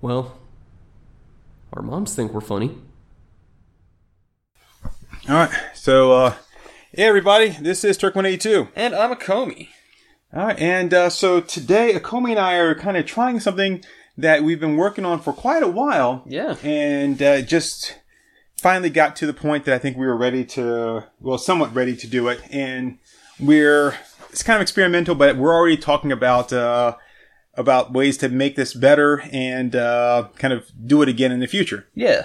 Well, our moms think we're funny. All right. So, uh, hey, everybody, this is Turk182. And I'm a Comey. All right. And uh, so today, Akomi and I are kind of trying something that we've been working on for quite a while. Yeah. And uh, just finally got to the point that I think we were ready to, well, somewhat ready to do it. And we're, it's kind of experimental, but we're already talking about, uh, about ways to make this better and uh, kind of do it again in the future. Yeah.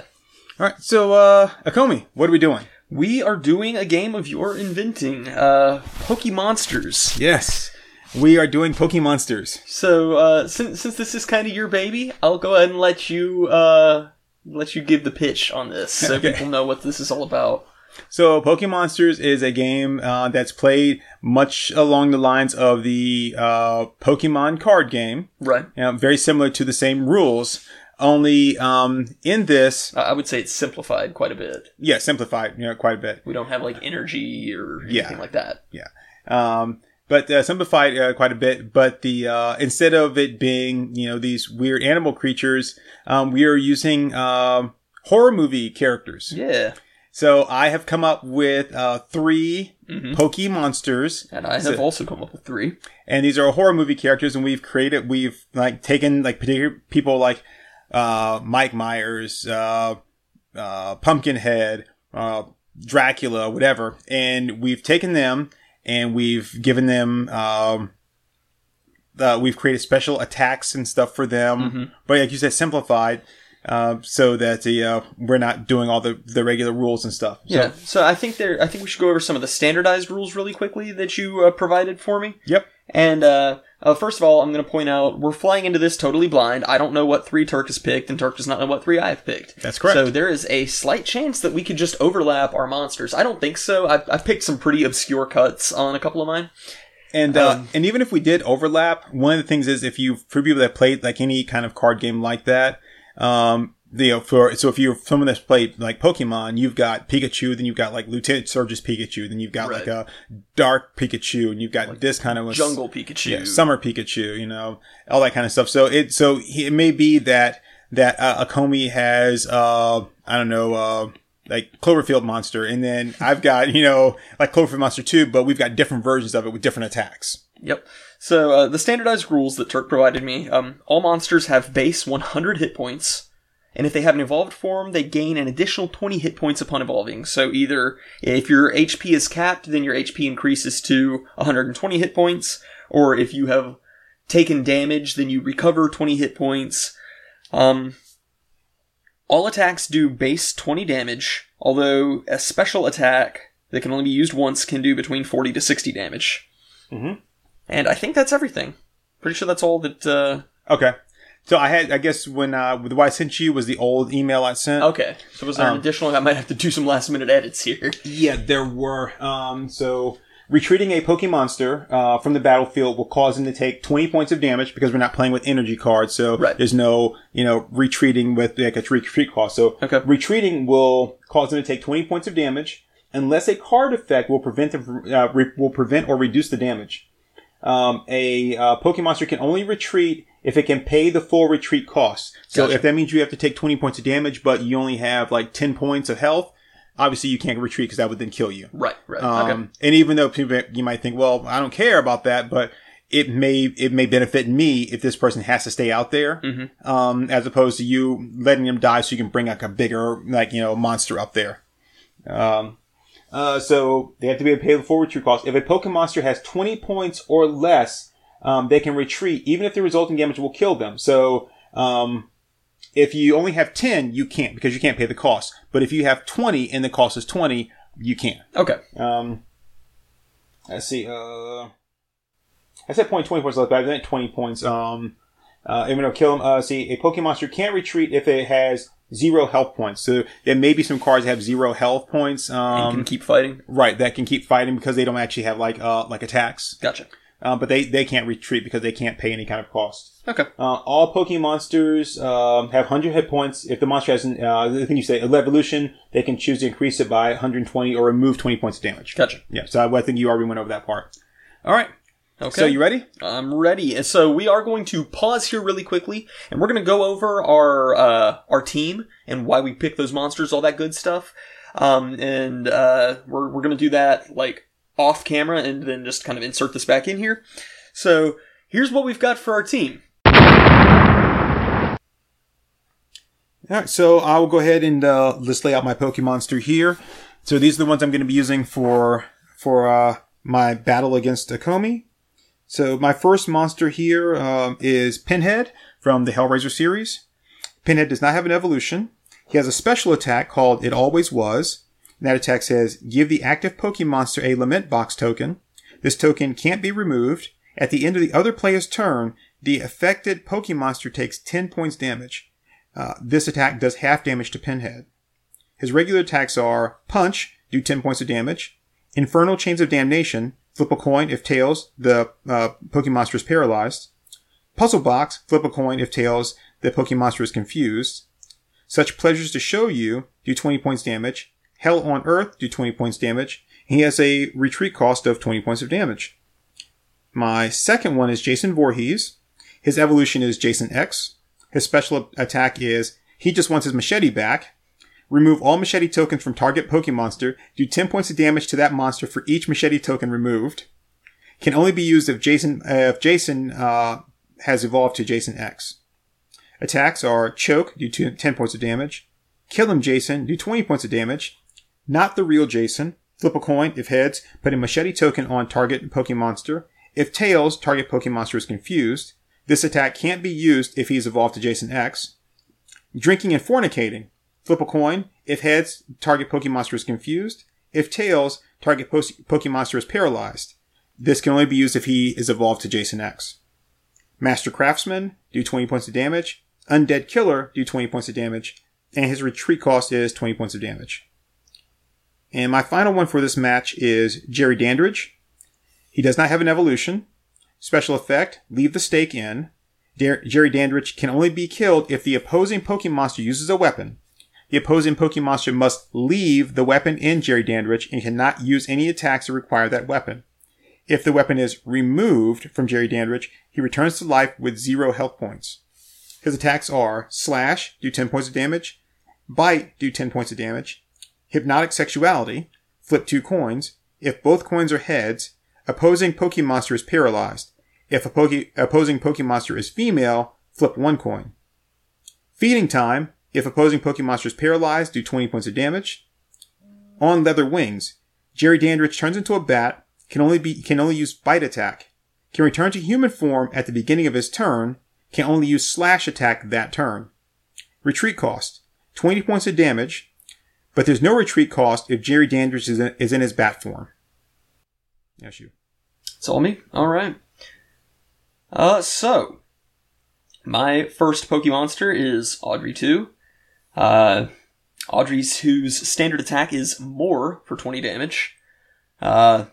All right. So, uh, Akomi, what are we doing? We are doing a game of your inventing, uh, Pokemonsters. Yes. We are doing Pokemonsters. So, uh, since, since this is kind of your baby, I'll go ahead and let you, uh, let you give the pitch on this so Okay. people know what this is all about. So, Pokemonsters is a game uh, that's played much along the lines of the uh, Pokemon card game, Right. you know, very similar to the same rules. Only um, in this, I I would say it's simplified quite a bit. yeah, simplified, you know, quite a bit. We don't have like energy or Yeah. anything like that. um, but uh, simplified uh, quite a bit. But the uh, instead of it being you know these weird animal creatures, um, we are using um, horror movie characters. Yeah. So I have come up with uh, three Mhm. Poke monsters, And I have So- also come up with three. and these are horror movie characters, and we've created we've like taken like particular people like uh, Mike Myers, uh, uh, Pumpkinhead, uh, Dracula, whatever, and we've taken them and we've given them. Um, uh, we've created special attacks and stuff for them, but like you said, simplified, uh, so that the, uh, we're not doing all the, the regular rules and stuff. So- Yeah. So I think there. I think we should go over some of the standardized rules really quickly that you uh, provided for me. yep. And uh, uh, first of all, I'm going to point out we're flying into this totally blind. I don't know what three Turk has picked, and Turk does not know what three I have picked. That's correct. So there is a slight chance that we could just overlap our monsters. I don't think so. I've, I've picked some pretty obscure cuts on a couple of mine. And uh, Um, and even if we did overlap, one of the things is if you for people that played like any kind of card game like that, um, you know, for so if you're someone that's played like Pokemon, you've got Pikachu, then you've got like Lieutenant Surge's Pikachu, then you've got like a Right. Dark Pikachu, and you've got this kind of a Jungle Pikachu. yeah, summer Pikachu, you know, all that kind of stuff. So it so he, it may be that that uh, Akomi has uh I don't know uh like Cloverfield monster, and then I've got you know like Cloverfield monster two, but we've got different versions of it with different attacks. Yep. So uh, the standardized rules that Turk provided me: um, all monsters have base 100 hit points, and if they have an evolved form, they gain an additional 20 hit points upon evolving. So either if your HP is capped, then your HP increases to 120 hit points, or if you have taken damage, then you recover 20 hit points. Um, all attacks do base 20 damage, although a special attack that can only be used once can do between 40 to 60 damage. And I think that's everything. Pretty sure that's all that. Uh... Okay, so I had I guess when uh what I sent you was the old email I sent. Okay. So was there Um, an additional? I might have to do some last minute edits here. Yeah, there were. Um, so retreating a Pokemonster uh, from the battlefield will cause them to take 20 points of damage because we're not playing with energy cards. So Right. there's no, you know, retreating with like a retreat cost. So Okay. retreating will cause them to take 20 points of damage unless a card effect will prevent them from, uh, re- will prevent or reduce the damage. Um, a uh, Pokemonster can only retreat if it can pay the full retreat cost. So Gotcha. if that means you have to take 20 points of damage, but you only have like 10 points of health, obviously you can't retreat because that would then kill you. Right. Right. Um, okay. And even though people, you might think, well, I don't care about that, but it may it may benefit me if this person has to stay out there, Mm-hmm. um, as opposed to you letting them die so you can bring like a bigger like you know monster up there. Um, uh, so they have to be able to pay the full retreat cost. If a Pokemon monster has twenty points or less, um, they can retreat even if the resulting damage will kill them. So. Um, if you only have 10, you can't because you can't pay the cost. But if you have 20 and the cost is 20, you can. Okay. Um, let's see. Uh, I said point twenty points left, but I meant twenty points. Um, uh, even though kill him. Uh, see, a Pokemon monster can't retreat if it has zero health points. So there may be some cards that have zero health points. And Um, can keep fighting. right, that can keep fighting because they don't actually have like uh like attacks. Gotcha. Uh, but they they can't retreat because they can't pay any kind of cost. Okay. Uh, all Pokemon monsters um, have 100 hit points. If the monster has, an, uh, I think you say, a evolution, they can choose to increase it by 120 or remove 20 points of damage. Gotcha. Yeah, so I, I think you already went over that part. All right. Okay. So you ready? I'm ready. And So we are going to pause here really quickly, and we're going to go over our uh, our team and why we pick those monsters, all that good stuff. Um, and uh, we're we're going to do that like off camera, and then just kind of insert this back in here. So here's what we've got for our team. All right, so I will go ahead and uh, let's lay out my Pokemonster here. So these are the ones I'm going to be using for for uh, my battle against Akomi. So my first monster here um, is Pinhead from the Hellraiser series. Pinhead does not have an evolution. He has a special attack called It Always Was. And that attack says, give the active Pokemonster a Lament Box token. This token can't be removed. At the end of the other player's turn, the affected Pokemonster takes 10 points damage. Uh, this attack does half damage to Pinhead. His regular attacks are Punch, do 10 points of damage, Infernal Chains of Damnation, flip a coin if tails, the uh, Pokemonster is paralyzed, Puzzle Box, flip a coin if tails, the Pokemonster is confused, Such Pleasures to Show You, do 20 points damage, Hell on Earth, do 20 points damage, he has a retreat cost of 20 points of damage. My second one is Jason Voorhees. His evolution is Jason X. His special attack is he just wants his machete back. Remove all machete tokens from target Pokemonster. Do 10 points of damage to that monster for each machete token removed. Can only be used if Jason uh, if Jason uh, has evolved to Jason X. Attacks are choke, do two, 10 points of damage. Kill him, Jason, do 20 points of damage. Not the real Jason. Flip a coin. If heads, put a machete token on target Pokemonster. If tails, target Pokemonster is confused. This attack can't be used if he's evolved to Jason X. Drinking and fornicating. Flip a coin. If heads, target Pokemonster is confused. If tails, target po- Pokemonster is paralyzed. This can only be used if he is evolved to Jason X. Master Craftsman, do 20 points of damage. Undead Killer, do 20 points of damage. And his retreat cost is 20 points of damage. And my final one for this match is Jerry Dandridge. He does not have an evolution. Special effect, leave the stake in. Dar- Jerry Dandridge can only be killed if the opposing Pokemonster uses a weapon. The opposing Pokemonster must leave the weapon in Jerry Dandridge and cannot use any attacks that require that weapon. If the weapon is removed from Jerry Dandridge, he returns to life with zero health points. His attacks are Slash, do 10 points of damage, Bite, do 10 points of damage, Hypnotic Sexuality, flip two coins. If both coins are heads, opposing Pokemonster is paralyzed. If a Poke- opposing Pokemonster is female, flip one coin. Feeding Time, if opposing Pokemonster is paralyzed, do 20 points of damage. On Leather Wings, Jerry Dandridge turns into a bat, can only be can only use bite attack, can return to human form at the beginning of his turn, can only use slash attack that turn. Retreat cost, 20 points of damage, but there's no retreat cost if Jerry Dandridge is in, is in his bat form. Yes, you. It's all me. All right. Uh, so my first Pokemonster is Audrey two. Uh, Audrey two's standard attack is more for twenty damage. Uh,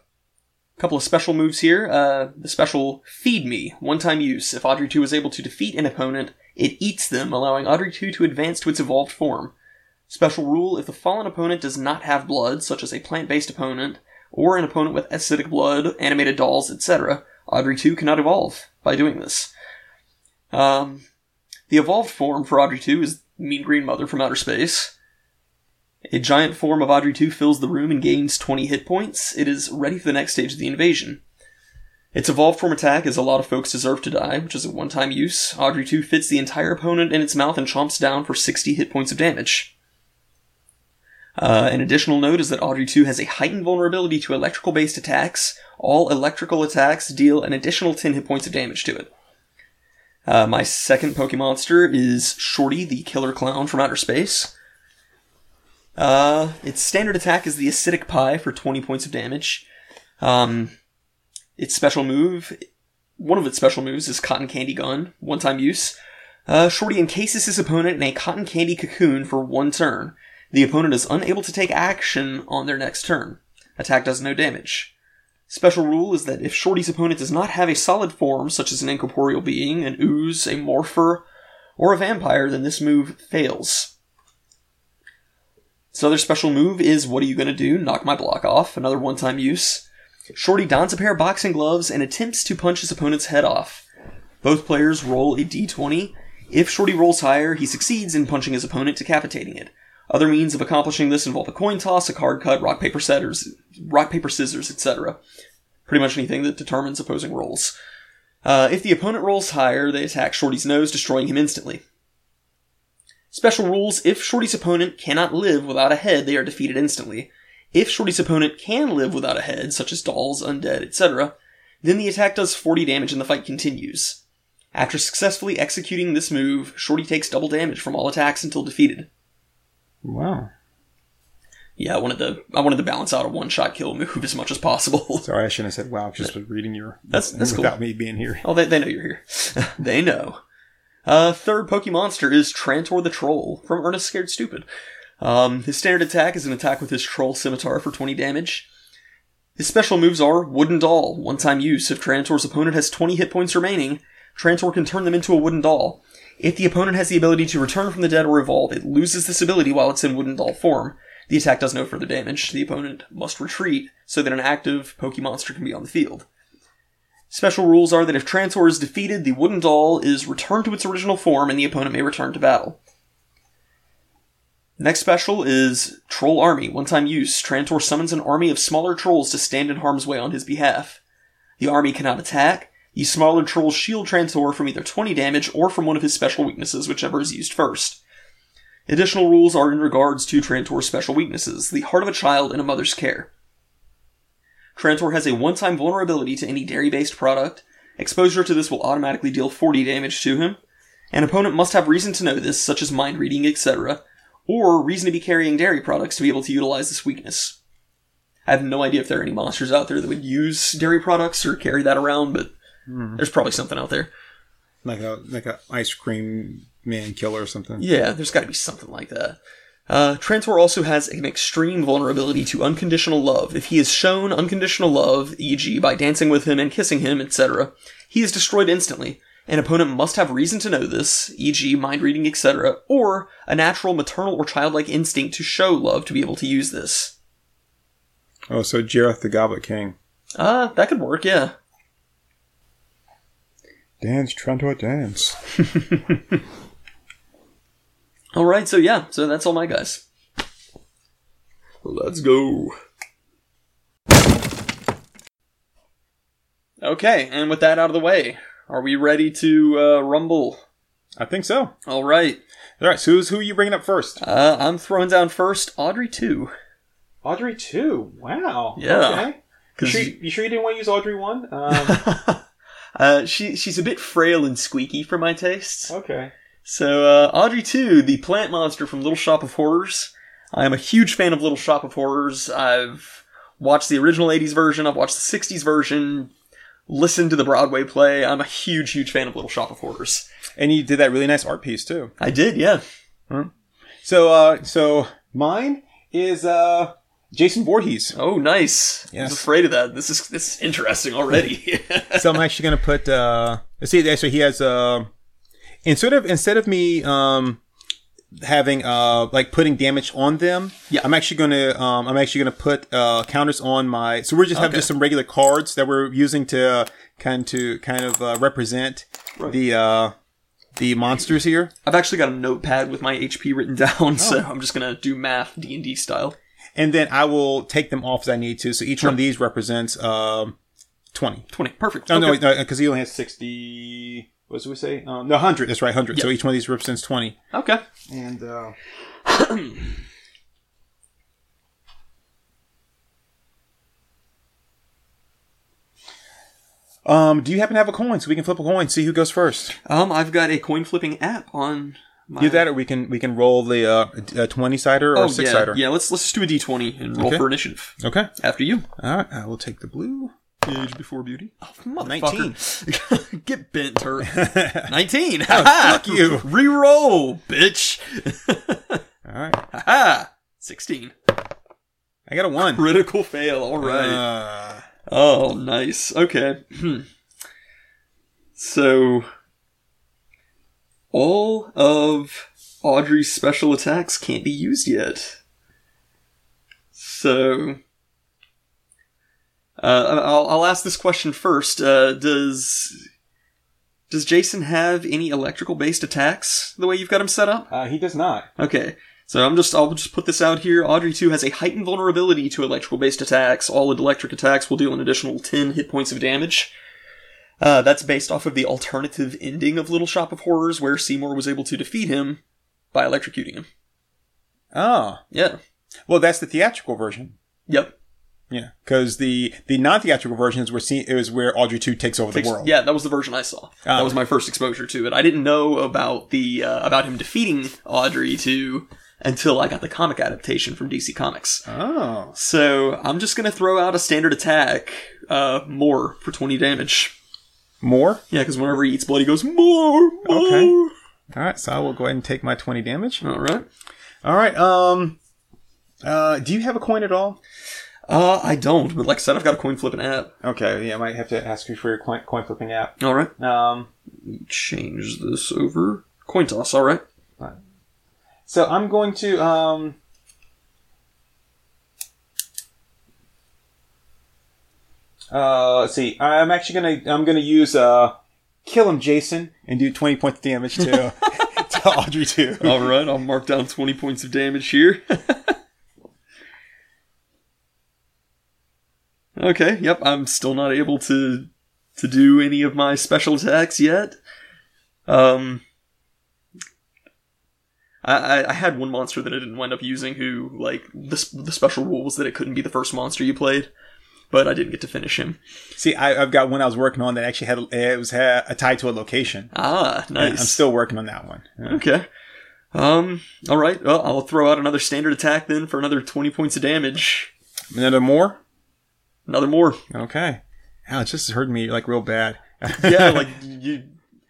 couple of special moves here. Uh, the special feed me one time use. If Audrey two is able to defeat an opponent, it eats them, allowing Audrey two to advance to its evolved form. Special rule if the fallen opponent does not have blood, such as a plant based opponent, or an opponent with acidic blood, animated dolls, etc., Audrey 2 cannot evolve by doing this. Um, the evolved form for Audrey 2 is Mean Green Mother from Outer Space. A giant form of Audrey 2 fills the room and gains 20 hit points. It is ready for the next stage of the invasion. Its evolved form attack is a lot of folks deserve to die, which is a one time use. Audrey 2 fits the entire opponent in its mouth and chomps down for 60 hit points of damage. Uh, an additional note is that Audrey 2 has a heightened vulnerability to electrical based attacks. All electrical attacks deal an additional 10 hit points of damage to it. Uh, my second Pokemonster is Shorty, the killer clown from outer space. Uh, its standard attack is the acidic pie for 20 points of damage. Um, its special move, one of its special moves is Cotton Candy Gun, one time use. Uh, Shorty encases his opponent in a cotton candy cocoon for one turn. The opponent is unable to take action on their next turn. Attack does no damage. Special rule is that if Shorty's opponent does not have a solid form, such as an incorporeal being, an ooze, a morpher, or a vampire, then this move fails. Its other special move is What Are You Gonna Do? Knock My Block Off, another one time use. Shorty dons a pair of boxing gloves and attempts to punch his opponent's head off. Both players roll a d20. If Shorty rolls higher, he succeeds in punching his opponent, decapitating it. Other means of accomplishing this involve a coin toss, a card cut, rock paper scissors, rock paper scissors, etc. Pretty much anything that determines opposing rolls. Uh, if the opponent rolls higher, they attack Shorty's nose, destroying him instantly. Special rules if Shorty's opponent cannot live without a head, they are defeated instantly. If Shorty's opponent can live without a head, such as dolls, undead, etc., then the attack does 40 damage and the fight continues. After successfully executing this move, Shorty takes double damage from all attacks until defeated. Wow. Yeah, I wanted to I wanted to balance out a one shot kill move as much as possible. Sorry, I shouldn't have said wow. 'cause Just was reading your That's- that's cool. without me being here. Oh, they, they know you're here. they know. Uh, third Pokemonster is Trantor the Troll from Ernest Scared Stupid. Um, his standard attack is an attack with his Troll Scimitar for 20 damage. His special moves are Wooden Doll, one time use. If Trantor's opponent has 20 hit points remaining, Trantor can turn them into a Wooden Doll. If the opponent has the ability to return from the dead or evolve, it loses this ability while it's in Wooden Doll form. The attack does no further damage. The opponent must retreat so that an active Pokemonster can be on the field. Special rules are that if Trantor is defeated, the wooden doll is returned to its original form and the opponent may return to battle. Next special is Troll Army. One time use, Trantor summons an army of smaller trolls to stand in harm's way on his behalf. The army cannot attack. These smaller trolls shield Trantor from either 20 damage or from one of his special weaknesses, whichever is used first. Additional rules are in regards to Trantor's special weaknesses the heart of a child in a mother's care. Trantor has a one time vulnerability to any dairy based product. Exposure to this will automatically deal 40 damage to him. An opponent must have reason to know this, such as mind reading, etc., or reason to be carrying dairy products to be able to utilize this weakness. I have no idea if there are any monsters out there that would use dairy products or carry that around, but there's probably something out there. Like a like a ice cream man killer or something. Yeah, there's got to be something like that. Uh, Trantor also has an extreme vulnerability to unconditional love. If he is shown unconditional love, e.g., by dancing with him and kissing him, etc., he is destroyed instantly. An opponent must have reason to know this, e.g., mind reading, etc., or a natural maternal or childlike instinct to show love to be able to use this. Oh, so Jareth the Goblet King. Ah, that could work, yeah. Dance, Trantor, dance. Alright, so yeah, so that's all my guys. Let's go. Okay, and with that out of the way, are we ready to uh, rumble? I think so. All Alright, right. So who's who are you bringing up first? uh, I'm throwing down first Audrey 2. Audrey two. Wow. Yeah. Okay. You 'Cause- sure, you sure you didn't want to use Audrey one? Um, Uh, she, she's a bit frail and squeaky for my tastes. okay. So, uh, Audrey 2, the plant monster from Little Shop of Horrors. I am a huge fan of Little Shop of Horrors. I've watched the original 80s version, I've watched the 60s version, listened to the Broadway play. I'm a huge, huge fan of Little Shop of Horrors. And you did that really nice art piece too. I did, yeah. So uh so mine is uh Jason Voorhees. Oh, nice. I Yes. was afraid of that. This is this is interesting already. so I'm actually gonna put uh let's see so he has uh instead of instead of me um having uh like putting damage on them Yeah. i'm actually gonna um i'm actually gonna put uh counters on my so we're just have Okay. just some regular cards that we're using to uh, kind to kind of uh, represent the uh the monsters here I've actually got a notepad with my HP written down, Oh. so I'm just gonna do math D and D style. and then i will take them off as i need to so each one of these represents um 20 Twenty, perfect. Oh, no, Okay. wait, no, because he only has 60. What did we say? Um, no 100 that's right 100 so Yeah. each one of these represents 20 okay. and uh, um do you happen to have a coin so we can flip a coin see who goes first Um, I've got a coin flipping app on my Do that, or we can we can roll the uh, uh, twenty sider or Oh, six yeah, sider. Yeah, let's let's just do a D twenty and roll Okay. for initiative. Okay. After you. All right. I will take the blue. Age before beauty. Oh, motherfucker. 19. Get bent, her. Nineteen. fuck you. Reroll, bitch. All right. Ha. Sixteen. I got a one. Critical fail. All right. Uh, Oh, nice. Okay. Hmm. so, all of Audrey's special attacks can't be used yet. So, Uh, I'll, I'll ask this question first. Uh, does does Jason have any electrical based attacks the way you've got him set up? Uh, he does not. Okay. So I'm just I'll just put this out here. Audrey 2 has a heightened vulnerability to electrical based attacks. All electric attacks will deal an additional 10 hit points of damage. Uh, that's based off of the alternative ending of Little Shop of Horrors where Seymour was able to defeat him by electrocuting him. Oh, Yeah. well, that's the theatrical version. Yep. Yeah, because the the non theatrical version is where se- is where Audrey two takes over Takes- the world. Yeah, that was the version I saw. Ah. That was my first exposure to it. I didn't know about the uh, about him defeating Audrey 2 until I got the comic adaptation from DC Comics. Oh, So I'm just gonna throw out a standard attack, uh, more for 20 damage. more. Yeah, because whenever he eats blood, he goes more, more. Okay. All right, so I will go ahead and take my twenty damage. All right. All right. Um, uh, do you have a coin at all? Uh, I don't, but like I said, I've got a coin flipping app. Okay, yeah, I might have to ask you for your coin, coin flipping app. All right. Um, Change this over. Coin toss. All right. so I'm going to um. Uh, let's see. I'm actually gonna I'm gonna use uh, kill him, Jason. And do twenty points of damage to to Audrey two. All right. I'll mark down 20 points of damage here. okay. Yep. I'm still not able to to do any of my special attacks yet. Um, I, I- I had one monster that I didn't wind up using who, like, the, sp- the special rule was that it couldn't be the first monster you played, but I didn't get to finish him. See, I, I've got one I was working on that actually had it was had a tie to a location. Ah, nice. I'm still working on that one. Yeah. Okay. Um, alright, well, I'll throw out another standard attack then for another 20 points of damage. Another more. Another more. Okay. Ouch, this is hurting me like real bad. Yeah, like, you.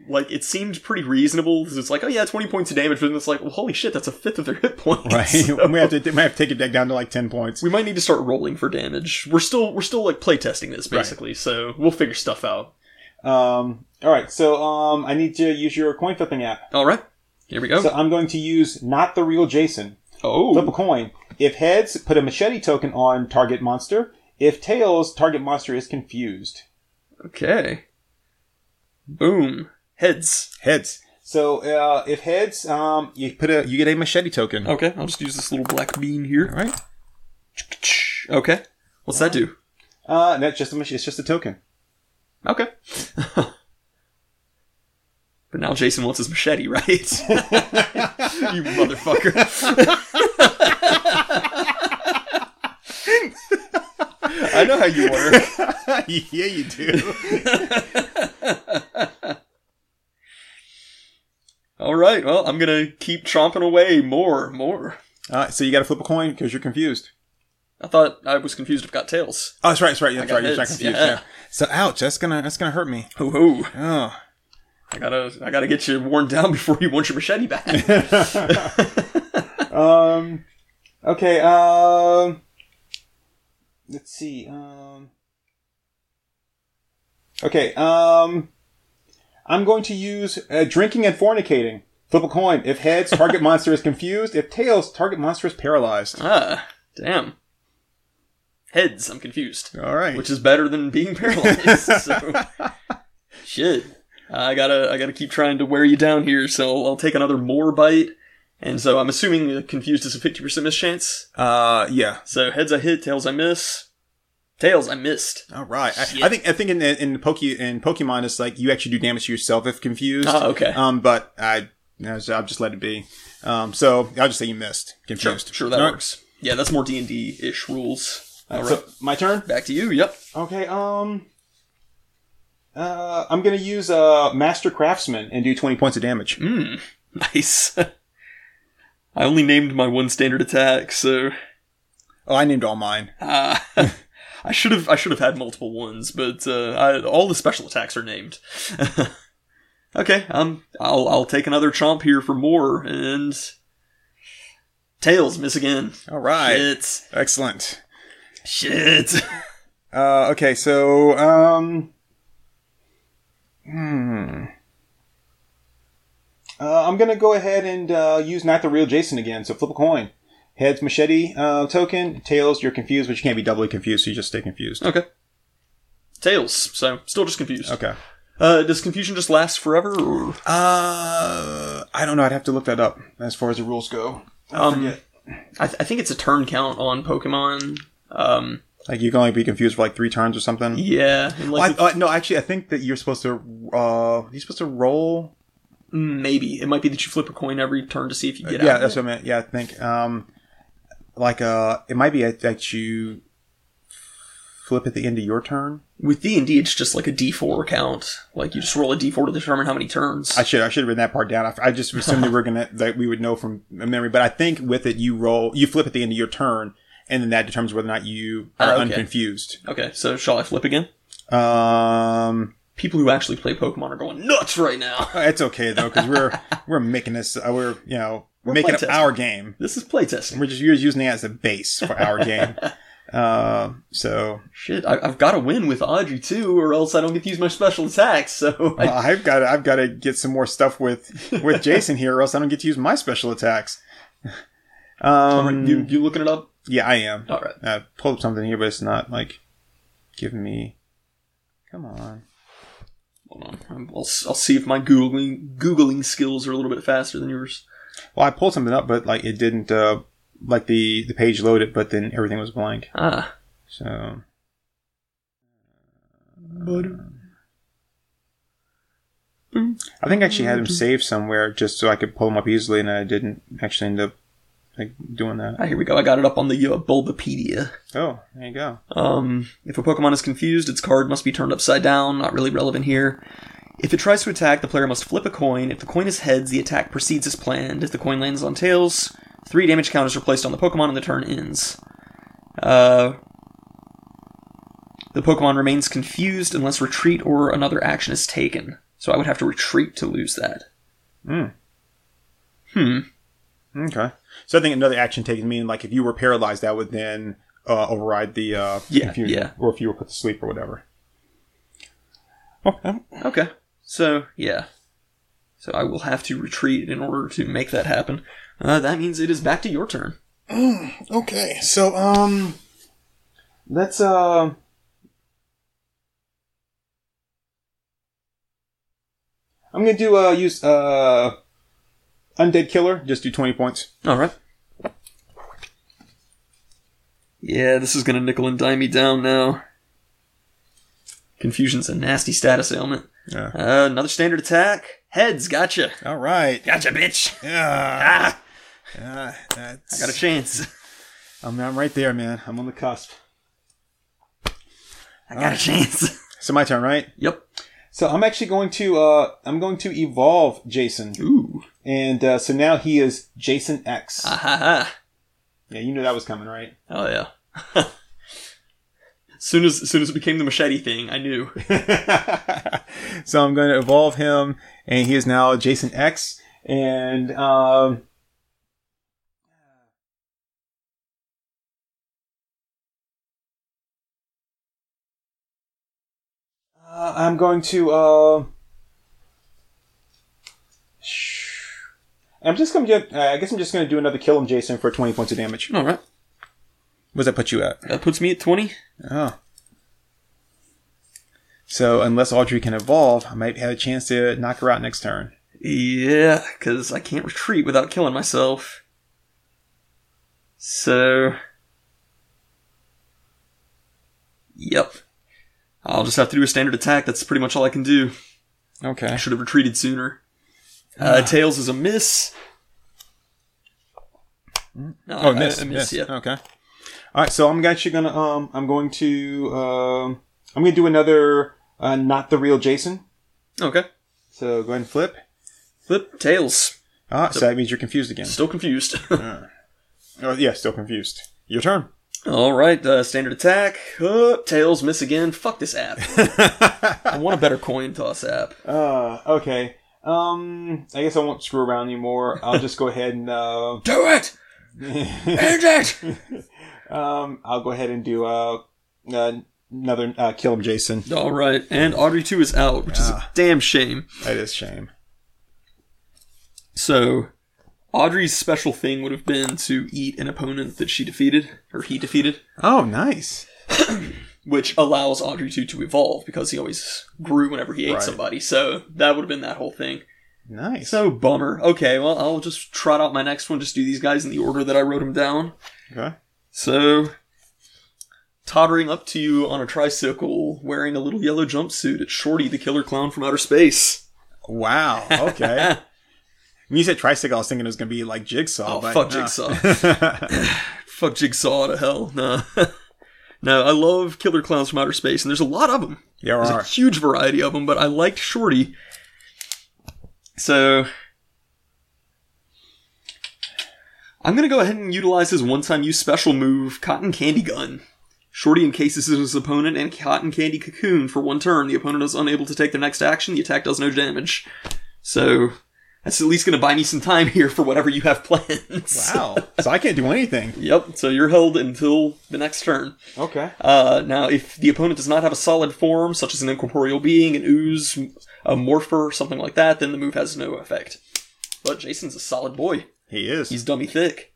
Like, it seemed pretty reasonable. 'cause It's like, oh yeah, 20 points of damage, but then it's like, well, holy shit, that's a fifth of their hit points. Right. So- we have to we have to take it back down to like ten points. we might need to start rolling for damage. We're still we're still like playtesting this basically, so we'll figure stuff out. Um, all right, so um, I need to use your coin flipping app. All right, here Oh. we go. So I'm going to use not the real Jason. Flip a oh, coin. If heads, put a machete token on target monster. If tails, target monster is confused. okay. Boom, heads. Heads. So uh, if heads, um, You put a you get a machete token. Okay, I'll just use this little black bean here. All right. Okay, what's that do? uh, that's just a mach- it's just a token. Okay. but now Jason wants his machete, right? you motherfucker. I know how you order. yeah, you do. All right, well, I'm going to keep chomping away more, more. uh, so you got to flip a coin because you're confused. I thought I was confused I've got tails. Oh, that's right. That's right. That's got right. You're not heads, confused. yeah. Yeah. So ouch, that's gonna that's gonna hurt me. Ho ho. Oh. I got to I got to get you worn down before you want your machete back. Um, okay. Um, let's see. Um, okay. Um, I'm going to use uh, drinking and fornicating. Flip a coin. If heads, target monster is confused. If tails, target monster is paralyzed. ah, damn. Heads, I'm confused. All right. which is better than being paralyzed. so. Shit, I gotta I gotta keep trying to wear you down here. So I'll take another more bite, and so I'm assuming that confused is a fifty percent miss chance. uh yeah. So heads I hit, tails I miss. Tails I missed. All right. Shit. I, I think I think in in Poke in Pokemon it's like you actually do damage to yourself if confused. Ah, okay. Um, but I I'll just let it be. Um, so I'll just say you missed Sure, confused. sure that All right. works. Yeah, that's more D and D ish rules. All right, So, my turn. back to you. Yep. Okay. Um. Uh, I'm gonna use uh, Master Craftsman and do Do twenty points of damage. Mm, nice. I only named my one standard attack, so Oh, I named all mine. Uh, I should have I should have had multiple ones, but uh, I, all the special attacks are named. okay, um, I'll I'll take another chomp here for more and tails miss again. All right. Shit, Excellent. shit. Uh, okay, so um, hmm. Uh, I'm gonna go ahead and uh, use not the real Jason again. So flip a coin. Heads machete uh, token. Tails you're confused, but you can't be doubly confused, so you just stay confused. okay, Tails, so still just confused. Okay. Uh, does confusion just last forever? Or? Uh, I don't know. I'd have to look that up as far as the rules go. I Um, forget. I, th- I think it's a turn count on Pokemon. Um, Like you can only be confused for like three turns or something. yeah, Well, unless I, it- uh, no, actually, I think that you're supposed to. Uh, you're supposed to roll. maybe it might be that you flip a coin every turn to see if you get yeah, out. that's what I meant. Yeah, I think. Um, like uh, it might be that- that you flip at the end of your turn. With D and D, it's just like a D four count. Like you just roll a D four to determine how many turns. I should I should have written that part down. I, I just assumed that we're gonna that we would know from memory, but I think with it you roll you flip at the end of your turn, and then that determines whether or not you are Ah, okay. unconfused. okay, so shall I flip again? Um, People who actually play Pokemon are going nuts right now. it's okay though because we're we're making this uh, we're you know making up playtesting. our game. This is playtesting. We're just you're using it as a base for our game. Uh, so Shit, I, I've got to win with Audrey too, or else I don't get to use my special attacks. So I, well, I've got I've got to get some more stuff with with Jason here, or else I don't get to use my special attacks. Um, you you looking it up? yeah, I am. All right. I pulled up something here, but it's not like giving me. Come on. Hold on. I'm- I'll, s- I'll see if my googling googling skills are a little bit faster than yours. Well, I pulled something up, but like it didn't. Uh, like the the page loaded, but then everything was blank. Ah, So I think I actually had them saved somewhere just so I could pull them up easily, and I didn't actually end up like doing that. Ah, here we go. I got it up on the uh, Bulbapedia. Oh, there you go. Um, if a Pokemon is confused, its card must be turned upside down. Not really relevant here. If it tries to attack, the player must flip a coin. If the coin is heads, the attack proceeds as planned. If the coin lands on tails, three damage count is replaced on the Pokemon and the turn ends. Uh, the Pokemon remains confused unless retreat or another action is taken. So I would have to retreat to lose that. Hmm. Hmm. Okay. So I think another action taken meaning like if you were paralyzed, that would then uh, override the uh, Yeah, confusion, yeah. or if you were put to sleep or whatever. Okay. Okay. So, yeah. So I will have to retreat in order to make that happen. Uh, that means it is back to your turn. Okay, so um, let's uh, I'm gonna do uh use uh, undead killer. Just do twenty points. All right. Yeah, this is going to nickel and dime me down now. Confusion's a nasty status ailment. Yeah. Uh, another standard attack. Heads, gotcha. All right. Gotcha, bitch. Yeah. Ah, yeah I that's, got a chance. I'm, I'm right there, man. I'm on the cusp. I got a chance. So my turn, right? yep. So I'm actually going to uh, I'm going to evolve Jason, Ooh. and uh, so now he is Jason X. Ah ha ha. Yeah, you knew that was coming, right? Oh yeah. soon as soon as it became the machete thing, I knew. so I'm going to evolve him, and he is now Jason X. And um, uh, I'm going to. Uh, sh- I'm just going to. I guess I'm just going to do another kill him, Jason, for 20 points of damage. All right. What's that put you at? That puts me at twenty. Oh. So unless Audrey can evolve, I might have a chance to knock her out next turn. Yeah, because I can't retreat without killing myself. So. Yep. I'll just have to do a standard attack. That's pretty much all I can do. I Okay. should have retreated sooner. Uh, Tails is a miss. No, Oh, I- miss, I- I miss. yeah. Okay. All right. So I'm actually gonna um I'm going to um I'm gonna do another uh, not the real Jason. Okay. So go ahead and flip. Flip. Tails. Ah, so that means you're confused again. Still confused. Oh yeah, still confused. Your turn. all right. Uh, standard attack. Uh, tails. Miss again. Fuck this app. I want a better coin toss app. Uh okay. Um, I guess I won't screw around anymore. I'll just go ahead and uh, Do it. End it. um, I'll go ahead and do uh, uh another uh, kill him, Jason. All right, and Audrey 2 is out, which is a damn shame. That is shame. So, Audrey's special thing would have been to eat an opponent that she defeated, or he defeated. Oh, nice. which allows Audrey 2 to evolve because he always grew whenever he ate Right. somebody. So that would have been that whole thing. Nice. So bummer. Okay, well, I'll just trot out my next one, just do these guys in the order that I wrote them down. Okay. So, tottering up to you on a tricycle wearing a little yellow jumpsuit, it's Shorty the Killer Clown from Outer Space. Wow. Okay. when you said tricycle, I was thinking it was going to be like jigsaw. Oh, but fuck no. Jigsaw. Fuck Jigsaw to hell. No. no, I love Killer Clowns from Outer Space, and there's a lot of them. there There's a are. huge variety of them, but I liked Shorty. So I'm gonna go ahead and utilize his one-time use special move, Cotton Candy Gun. Shorty encases his opponent in a cotton candy cocoon for one turn. The opponent is unable to take their next action. The attack does no damage. So that's at least gonna buy me some time here for whatever you have planned. Wow. So I can't do anything. Yep, so you're held until the next turn. Okay. Uh, now, if the opponent does not have a solid form, such as an incorporeal being, an ooze, a morpher, something like that, then the move has no effect. But Jason's a solid boy. He is. He's dummy thick.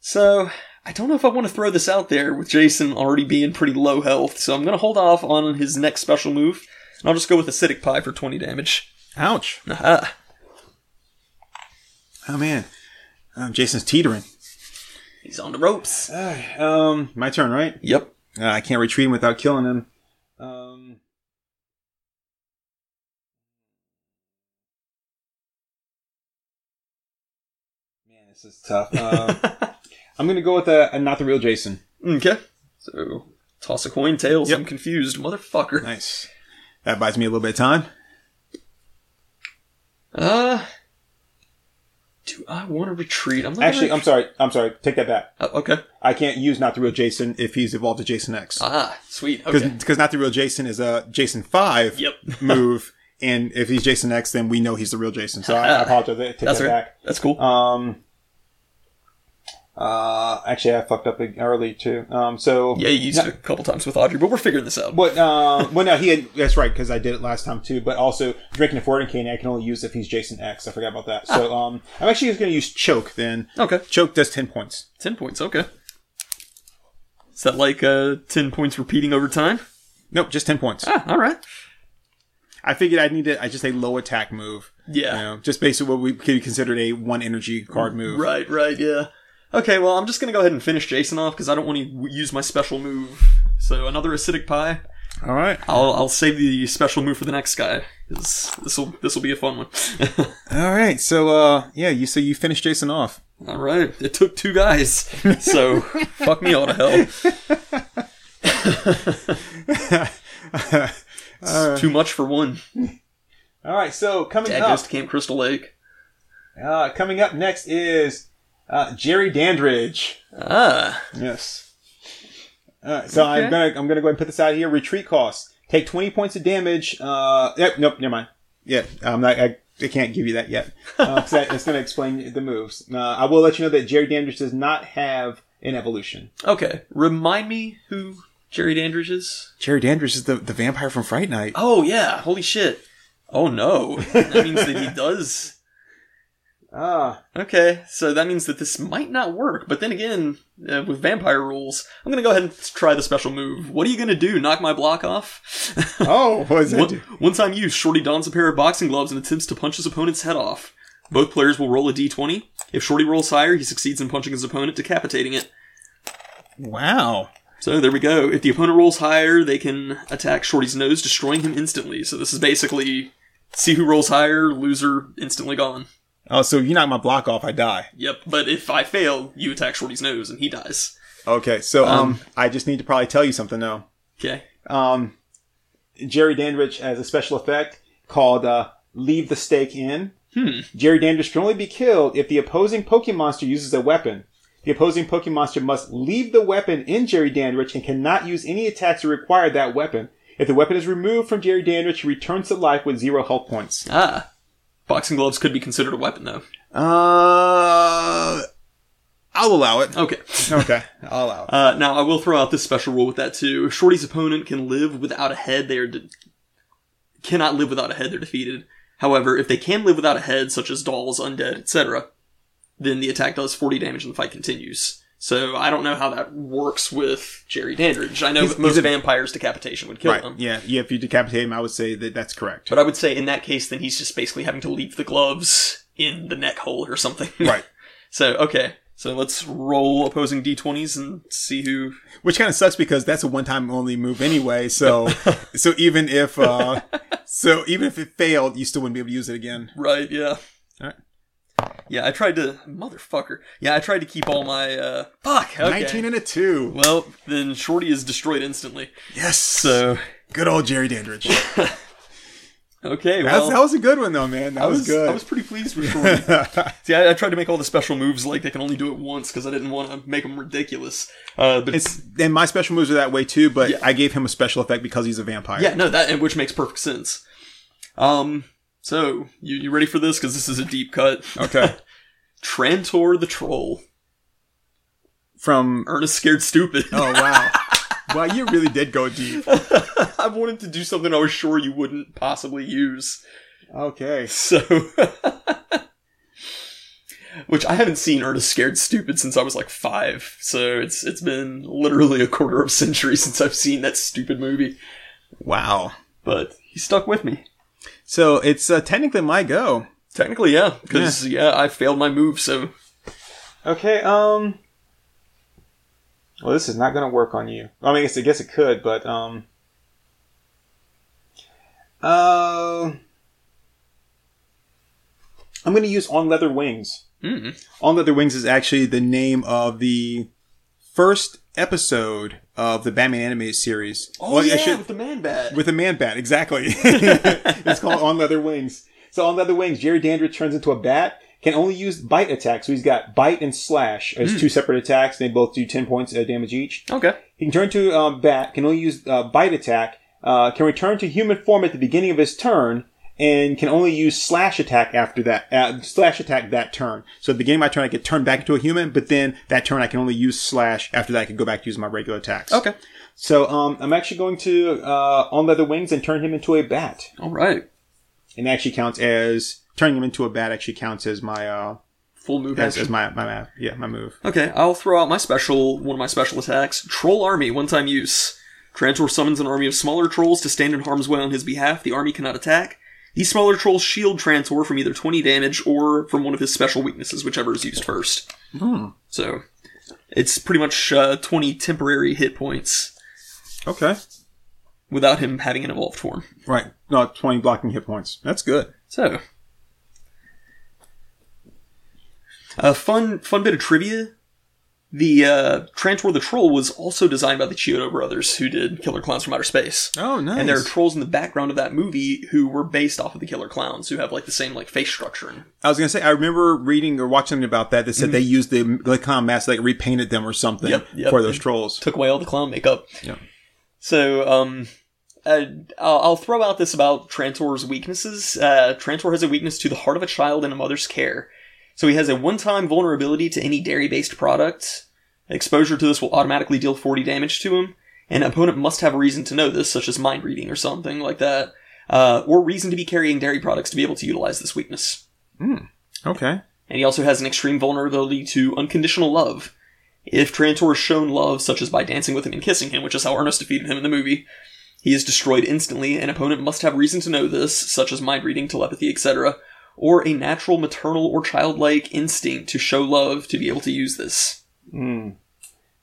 So, I don't know if I want to throw this out there with Jason already being pretty low health, so I'm going to hold off on his next special move, and I'll just go with Acidic Pie for 20 damage. Ouch. Aha. Oh man. Um, Jason's teetering. He's on the ropes. Um, my turn, right? Yep. Uh, I can't retreat him without killing him. Um, Man, this is tough. Um, I'm gonna go with uh, a, a not the real Jason. Okay. So, toss a coin, tails. Yep. I'm confused. Motherfucker. nice. That buys me a little bit of time. Uh, do I want to retreat? I'm not Actually, gonna- I'm sorry. I'm sorry. Take that back. Oh, okay. I can't use not the real Jason if he's evolved to Jason X. Ah, sweet. Because Okay. not the real Jason is a Jason 5 Yep. move. And if he's Jason X, then we know he's the real Jason. So I, I apologize. Take That's that right. back. That's cool. Um. Uh, actually, I fucked up early too. Um, so yeah, you used it a couple times with Audrey, but we're figuring this out. But um, well, no, he had. That's right, because I did it last time too. But also, drinking a fornicane, I can only use if he's Jason X. I forgot about that. So Ah. um, I'm actually just going to use Choke then. Okay. Choke does 10 points. Ten points. Okay. Is that like uh, ten points repeating over time? Nope, just 10 points. Ah, all right. I figured I needed, I just a low attack move. Yeah. You know, just basically what we could be considered a one energy card move. Right. Right. Yeah. Okay. Well, I'm just gonna go ahead and finish Jason off because I don't want to use my special move. So another acidic pie. All right. I'll I'll save the special move for the next guy. This will this will be a fun one. All right. So, uh, yeah, you so you finished Jason off. All right. It took two guys. So fuck me all to hell. It's too much for one. All right, so coming Dad up, goes to Camp Crystal Lake. uh, coming up next is uh, Jerry Dandridge. Ah. Yes. All right, so Okay. I'm gonna I'm gonna go ahead and put this out here. Retreat costs. Take twenty points of damage. Uh, yep, nope, never mind. Yeah, I'm not. I, I can't give you that yet. Uh, 'cause that, it's gonna explain the moves. Uh, I will let you know that Jerry Dandridge does not have an evolution. Okay. Remind me who Jerry Dandridge is? Jerry Dandridge is the, the vampire from Fright Night. Oh, yeah. Holy shit. Oh, no. That means that he does. Ah, Okay. So that means that this might not work. But then again, uh, with vampire rules, I'm going to go ahead and try the special move. What are you going to do? Knock my block off? Oh, what is One, one time use, Shorty dons a pair of boxing gloves and attempts to punch his opponent's head off. Both players will roll a d20. If Shorty rolls higher, he succeeds in punching his opponent, decapitating it. Wow. So there we go. If the opponent rolls higher, they can attack Shorty's nose, destroying him instantly. So this is basically see who rolls higher, loser instantly gone. Oh, so you knock my block off, I die. Yep, but if I fail, you attack Shorty's nose and he dies. Okay, so um, I just need to probably tell you something now. Okay. um, Jerry Dandridge has a special effect called uh, "Leave the Stake In." Hmm. Jerry Dandridge can only be killed if the opposing Pokemonster uses a weapon. The opposing Pokemonster must leave the weapon in Jerry Dandridge and cannot use any attacks to require that weapon. If the weapon is removed from Jerry Dandridge, he returns to life with zero health points. Ah. Boxing gloves could be considered a weapon, though. Uh, I'll allow it. Okay. Okay, I'll allow it. Uh, now, I will throw out this special rule with that too. If Shorty's opponent can live without a head, they are de- cannot live without a head. They're defeated. However, if they can live without a head, such as dolls, undead, etc., then the attack does 40 damage and the fight continues. So I don't know how that works with Jerry Dandridge. I know He's- most he's a- vampires decapitation would kill right. them. Yeah. Yeah. If you decapitate him, I would say that that's correct. But I would say in that case, then he's just basically having to leave the gloves in the neck hole or something. right. so okay, so let's roll opposing d20s and see who. Which kind of sucks because that's a one-time only move anyway. So, so even if, uh, so even if it failed, you still wouldn't be able to use it again. Right? Yeah. Alright. Yeah, I tried to motherfucker. Yeah, I tried to keep all my uh fuck. Okay. 19 and a two. Well, then Shorty is destroyed instantly. Yes. So good old Jerry Dandridge. That's, okay, well, that was a good one though, man. That I was, was good. I was pretty pleased with Shorty. See, I, I tried to make all the special moves like they can only do it once because I didn't want to make them ridiculous. Uh, but it's, and my special moves are that way too, but Yeah. I gave him a special effect because he's a vampire. yeah, no, that and which makes perfect sense. Um, so you you ready for this? Because this is a deep cut. Okay. Trantor the troll, From Ernest scared stupid. Oh wow. wow, you really did go deep. I wanted to do something I was sure you wouldn't possibly use. Okay. So. Which I haven't seen Ernest Scared Stupid since I was like five, so it's it's been literally a quarter of a century since I've seen that stupid movie. Wow. But he stuck with me. So it's uh, technically my go. Technically, yeah, because yeah. I failed my move, so Okay, um. Well, this is not going to work on you. I mean, I guess, I guess it could, but, um. Uh. I'm going to use On Leather Wings. mm, On Leather Wings is actually the name of the first episode of the Batman animated series. Oh Well, I yeah, should- with the man bat. with a man bat, exactly. it's called On Leather Wings. So, On Leather Wings, Jerry Dandridge turns into a bat, can only use bite attacks. So, he's got bite and slash as two separate attacks, and they both do 10 points of damage each. okay. He can turn to uh, bat, can only use uh, bite attack, uh, can return to human form at the beginning of his turn, and can only use slash attack after that. Uh, slash attack that turn. So at the beginning of my turn, I get turned back into a human, but then that turn I can only use slash. After that, I can go back to use my regular attacks. Okay. So um, I'm actually going to uh, on leather wings and turn him into a bat, All right. And that actually counts as turning him into a bat. Actually counts as my uh, Full move as, action. as my my ma- yeah my move. Okay, I'll throw out my special, one of my special attacks, Troll Army, one-time use. Trantor summons an army of smaller trolls to stand in harm's way on his behalf. The army cannot attack. These smaller trolls shield Trantor from either 20 damage or from one of his special weaknesses, whichever is used first. So, it's pretty much uh, 20 temporary hit points Okay. without him having an evolved form. Right. No, twenty blocking hit points. That's good. So, a uh, fun fun bit of trivia: the uh, Trantor the Troll was also designed by the Chiodo brothers, who did Killer Clowns from Outer Space. Oh, nice. And there are trolls in the background of that movie who were based off of the Killer Clowns, who have like the same like face structure. And, I was gonna say I remember reading or watching about that. That said they used the glycon mask, like repainted them or something Yep, yep. for those trolls. took away all the clown makeup. Yeah. So, um, uh, I'll, I'll throw out this about Trantor's weaknesses. Uh, Trantor has a weakness to the heart of a child in a mother's care. So he has a one-time vulnerability to any dairy-based product. Exposure to this will automatically deal 40 damage to him. An opponent must have a reason to know this, such as mind reading or something like that, uh, or reason to be carrying dairy products to be able to utilize this weakness. Okay. And he also has an extreme vulnerability to unconditional love. If Trantor is shown love, such as by dancing with him and kissing him, which is how Ernest defeated him in the movie, he is destroyed instantly. An opponent must have reason to know this, such as mind reading, telepathy, etc., or a natural maternal or childlike instinct to show love to be able to use this.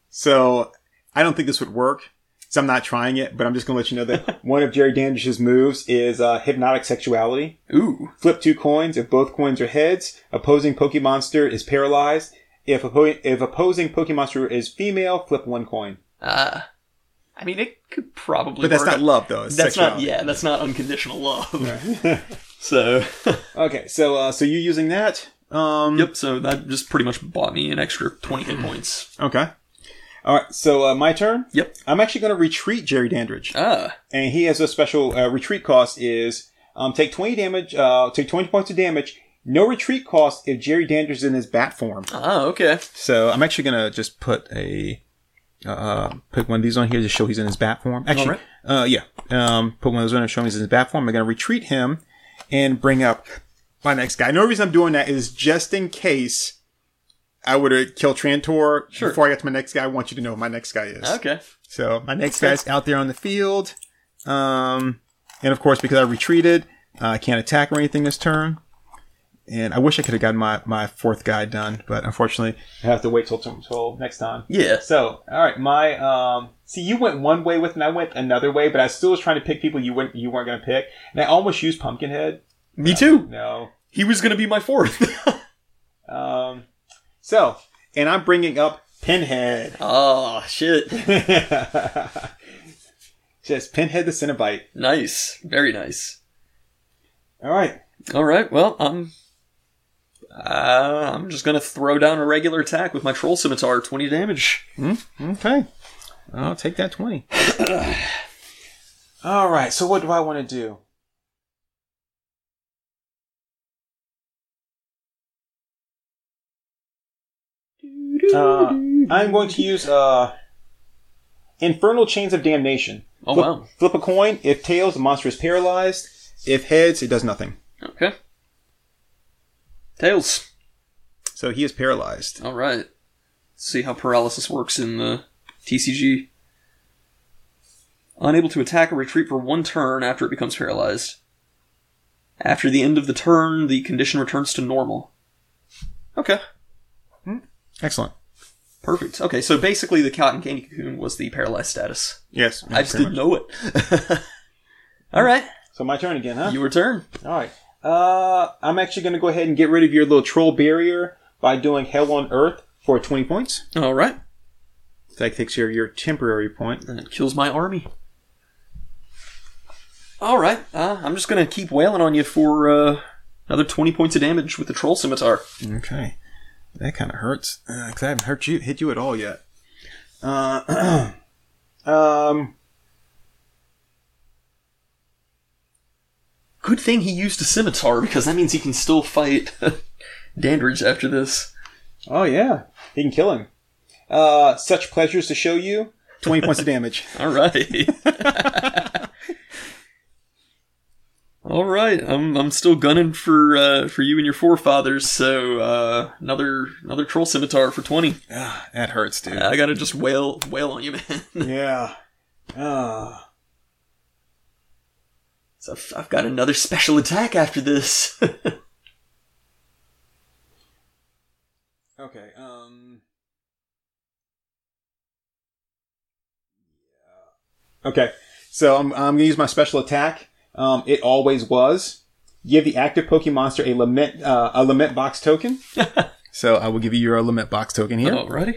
So I don't think this would work. So I'm not trying it, but I'm just gonna let you know that One of Jerry Dandridge's moves is uh, hypnotic sexuality. Ooh. Flip two coins. If both coins are heads, opposing Pokemonster is paralyzed. If, oppo- if opposing Pokemonster is female, flip one coin. Uh, I mean, it could probably. but that's work. not love though. It's That's not. sexuality. Yeah, that's not unconditional love. so. Okay, so uh, so you using that? Um. yep. So that just pretty much bought me an extra twenty hit points. Okay. All right, so uh, my turn. Yep. I'm actually going to retreat Jerry Dandridge, Ah. and he has a special uh, retreat cost is um, take 20 damage, uh, take 20 points of damage. No retreat cost if Jerry Dandridge is in his bat form. Oh, okay. So I'm actually gonna just put a uh, put one of these on here to show he's in his bat form. Actually, uh, yeah. Um, put one of those on and show him he's in his bat form. I'm gonna retreat him and bring up my next guy. No reason I'm doing that is just in case I would have killed Trantor Sure. before I got to my next guy. I want you to know who my next guy is. Okay. So my next guy's out there on the field. Um, and of course, because I retreated, uh, I can't attack or anything this turn. And I wish I could have gotten my, my fourth guy done, but unfortunately, I have to wait till, till, till next time. Yeah. So, all right, my um, see, you went one way with, and I went another way, but I still was trying to pick people you went you weren't going to pick, and I almost used Pumpkinhead. Me too. No. He was going to be my fourth. Um, so, and I'm bringing up Pinhead. oh, shit. just Pinhead the Cenobite. Nice. Very nice. All right, All right. Well, I'm. Uh, I'm just gonna throw down a regular attack with my troll scimitar, twenty damage. Okay, I'll take that twenty. all right. So, what do I want to do? Uh, I'm going to use uh, Infernal Chains of Damnation. Oh flip, wow. Flip a coin. If tails, the monster is paralyzed. If heads, it does nothing. Okay. Tails. So he is paralyzed. All right. see how paralysis works in the TCG. Unable to attack or retreat for one turn after it becomes paralyzed. After the end of the turn, the condition returns to normal. Okay. Excellent. Perfect. Okay, so basically the cotton candy cocoon was the paralyzed status. Yes, I just didn't know it. All right, So my turn again, huh? your turn. All right. Uh, I'm actually going to go ahead and get rid of your little troll barrier by doing Hell on Earth for 20 points. All right, That takes care of your temporary point. that kills my army. All right, uh, I'm just gonna keep wailing on you for uh, another 20 points of damage with the troll scimitar. Okay, that kind of hurts because I haven't hurt you, hit you at all yet. Uh, um, Good thing he used a scimitar because that means he can still fight Dandridge after this. oh, yeah. He can kill him. Uh, such pleasures to show you. Twenty points of damage. All right. All right, I'm I'm still gunning for uh, for you and your forefathers. So uh, another another troll scimitar for twenty. Ah, that hurts, dude. I gotta just wail wail on you, man. Yeah. Uh, so I've, I've got another special attack after this. okay. Um, Okay, so I'm, I'm going to use my special attack. Um, it always was. Give the active Pokemonster a lament uh, a lament box token. so I will give you your limit box token here, Alrighty.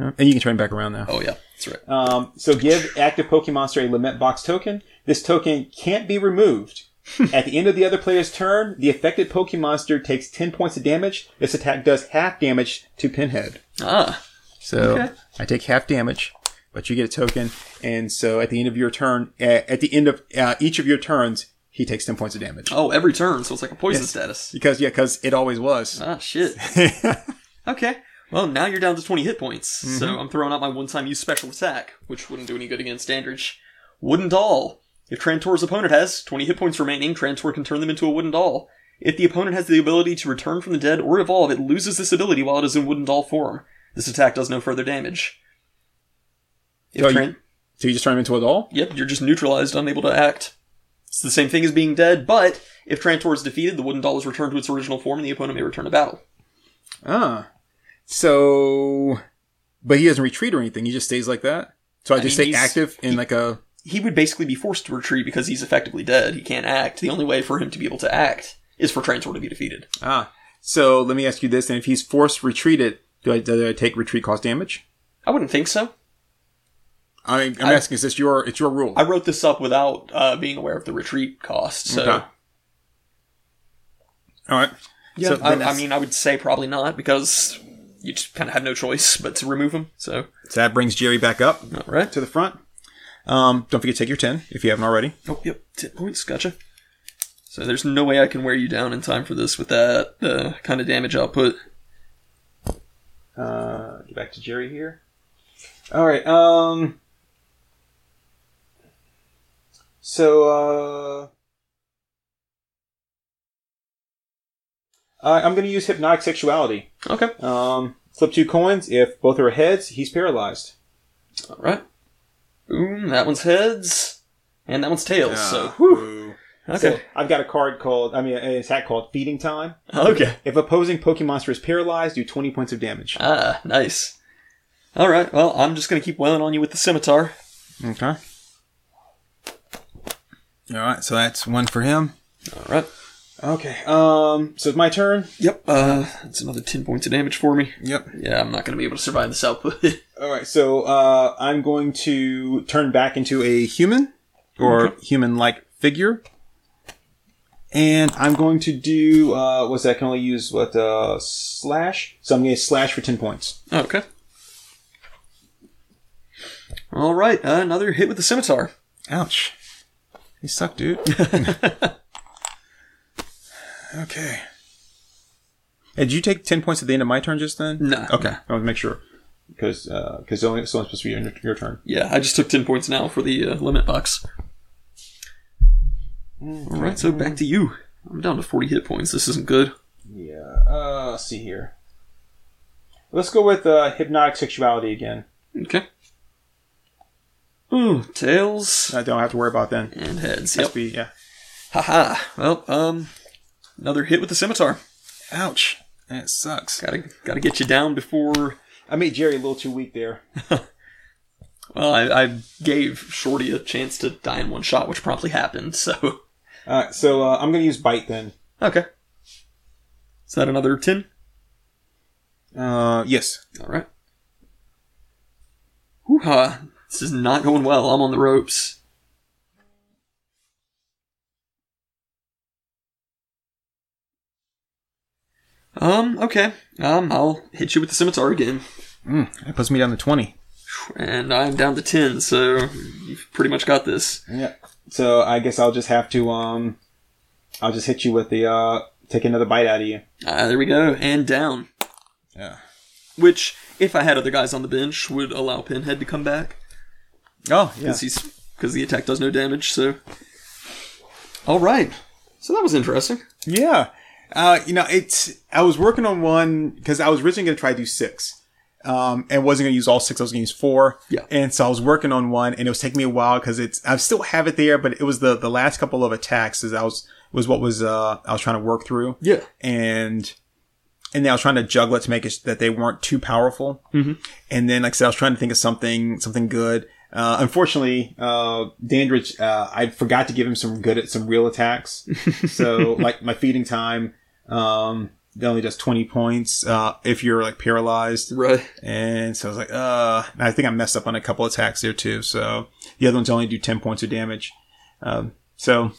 Uh, and you can turn back around now. Oh yeah, that's right. Um, so give active Pokemonster a Lament Box token. This token can't be removed. At the end of the other player's turn, the affected Pokemonster takes 10 points of damage. This attack does half damage to Pinhead. Ah, So Okay. I take half damage, but you get a token, and so at the end of your turn, at, at the end of uh, each of your turns, he takes ten points of damage. oh every turn, so it's like a poison status. Because yeah, because it always was. Ah shit. okay. Well, now you're down to 20 hit points, so I'm throwing out my one-time use special attack, which wouldn't do any good against Dandridge. Wooden doll. If Trantor's opponent has 20 hit points remaining, Trantor can turn them into a wooden doll. If the opponent has the ability to return from the dead or evolve, it loses this ability while it is in wooden doll form. This attack does no further damage. If So you- Tran- so you just turn him into a doll. Yep, you're just neutralized, unable to act. It's the same thing as being dead, but if Trantor is defeated, the wooden doll is returned to its original form and the opponent may return to battle. Ah, so, but he doesn't retreat or anything. He just stays like that. So I, I just mean, stay he's- active in like a. he would basically be forced to retreat because he's effectively dead. He can't act. The only way for him to be able to act is for Trantor to be defeated. Ah, so let me ask you this: and if he's forced retreated, do I, do I take retreat cost damage? I wouldn't think so. I mean, I'm I- asking. Is this your? It's your rule. I wrote this up without uh, being aware of the retreat cost, so Okay. All right. yeah. So I, then I that's- mean, I would say probably not because you just kind of have no choice but to remove him. So So that brings Jerry back up all right. to the front. Um, don't forget to take your ten if you haven't already. Oh, yep. Ten points. Gotcha. So there's no way I can wear you down in time for this with that uh, kind of damage output. Uh, get back to Jerry here. All right. Um. So, uh, I- I'm going to use hypnotic sexuality. Okay. Um, Flip two coins. If both are heads, he's paralyzed. All right. Boom. That one's heads, and that one's tails. so, Ah, whew. ooh. Okay. So I've got a card called, I mean, an attack called Feeding Time. okay. If opposing Pokemonster is paralyzed, do 20 points of damage. Ah, nice. All right. Well, I'm just gonna keep wailing on you with the scimitar. Okay. All right, so that's one for him. All right. Okay, um, so it's my turn. Yep. Uh, that's another ten points of damage for me. Yep. Yeah, I'm not gonna be able to survive this output. All right, so uh, I'm going to turn back into a human. Or human-like figure. And I'm going to do, uh, what's that? I can only use, what, uh, slash? So I'm going to slash for 10 points. okay. All right. Uh, another hit with the scimitar. Ouch. You suck, dude. okay. Hey, did you take 10 points at the end of my turn just then? Nah. Okay. I want to make sure. Because uh, cause only it's only supposed to be your, your turn. Yeah, I just took 10 points now for the uh, limit box. Alright, so back to you. I'm down to 40 hit points. This isn't good. Yeah. Uh, let's see here. Let's go with uh, hypnotic sexuality again. Okay. Ooh, tails I don't have to worry about then. and heads. Yep. Be- yeah. Haha. Well, um, another hit with the scimitar. Ouch. That sucks. Gotta, gotta get you down before. I made Jerry a little too weak there. Well, I, I gave Shorty a chance to die in one shot, which promptly happened. So, All right, so uh, I'm going to use bite then. okay. Is that another ten? Uh, yes. All right. Hoo-ha. This is not going well. I'm on the ropes. Um, okay. Um, I'll hit you with the scimitar again. Mm, that puts me down to 20. And I'm down to 10, so you've pretty much got this. Yeah. So I guess I'll just have to um, I'll just hit you with the uh, take another bite out of you. Ah, there we go. And down. Yeah. Which, if I had other guys on the bench, would allow Pinhead to come back. Oh, yeah. Because he's because the attack does no damage, so. Alright. So that was interesting. Yeah. Uh, you know, it's I was working on one because I was originally going to try to do six, um, and wasn't going to use all six. I was going to use four. Yeah. And so I was working on one, and it was taking me a while because it's I still have it there, but it was the the last couple of attacks is I was was what was uh I was trying to work through. Yeah. and and then I was trying to juggle it to make it sh- that they weren't too powerful. Mm-hmm. And then, like I said, I was trying to think of something something good. Uh, unfortunately, uh, Dandridge, uh, I forgot to give him some good some real attacks. so, like my feeding time, um, it only does twenty points uh, if you're like paralyzed. Right. And so I was like, uh, and I think I messed up on a couple attacks there too. So the other ones only do 10 points of damage. Um, so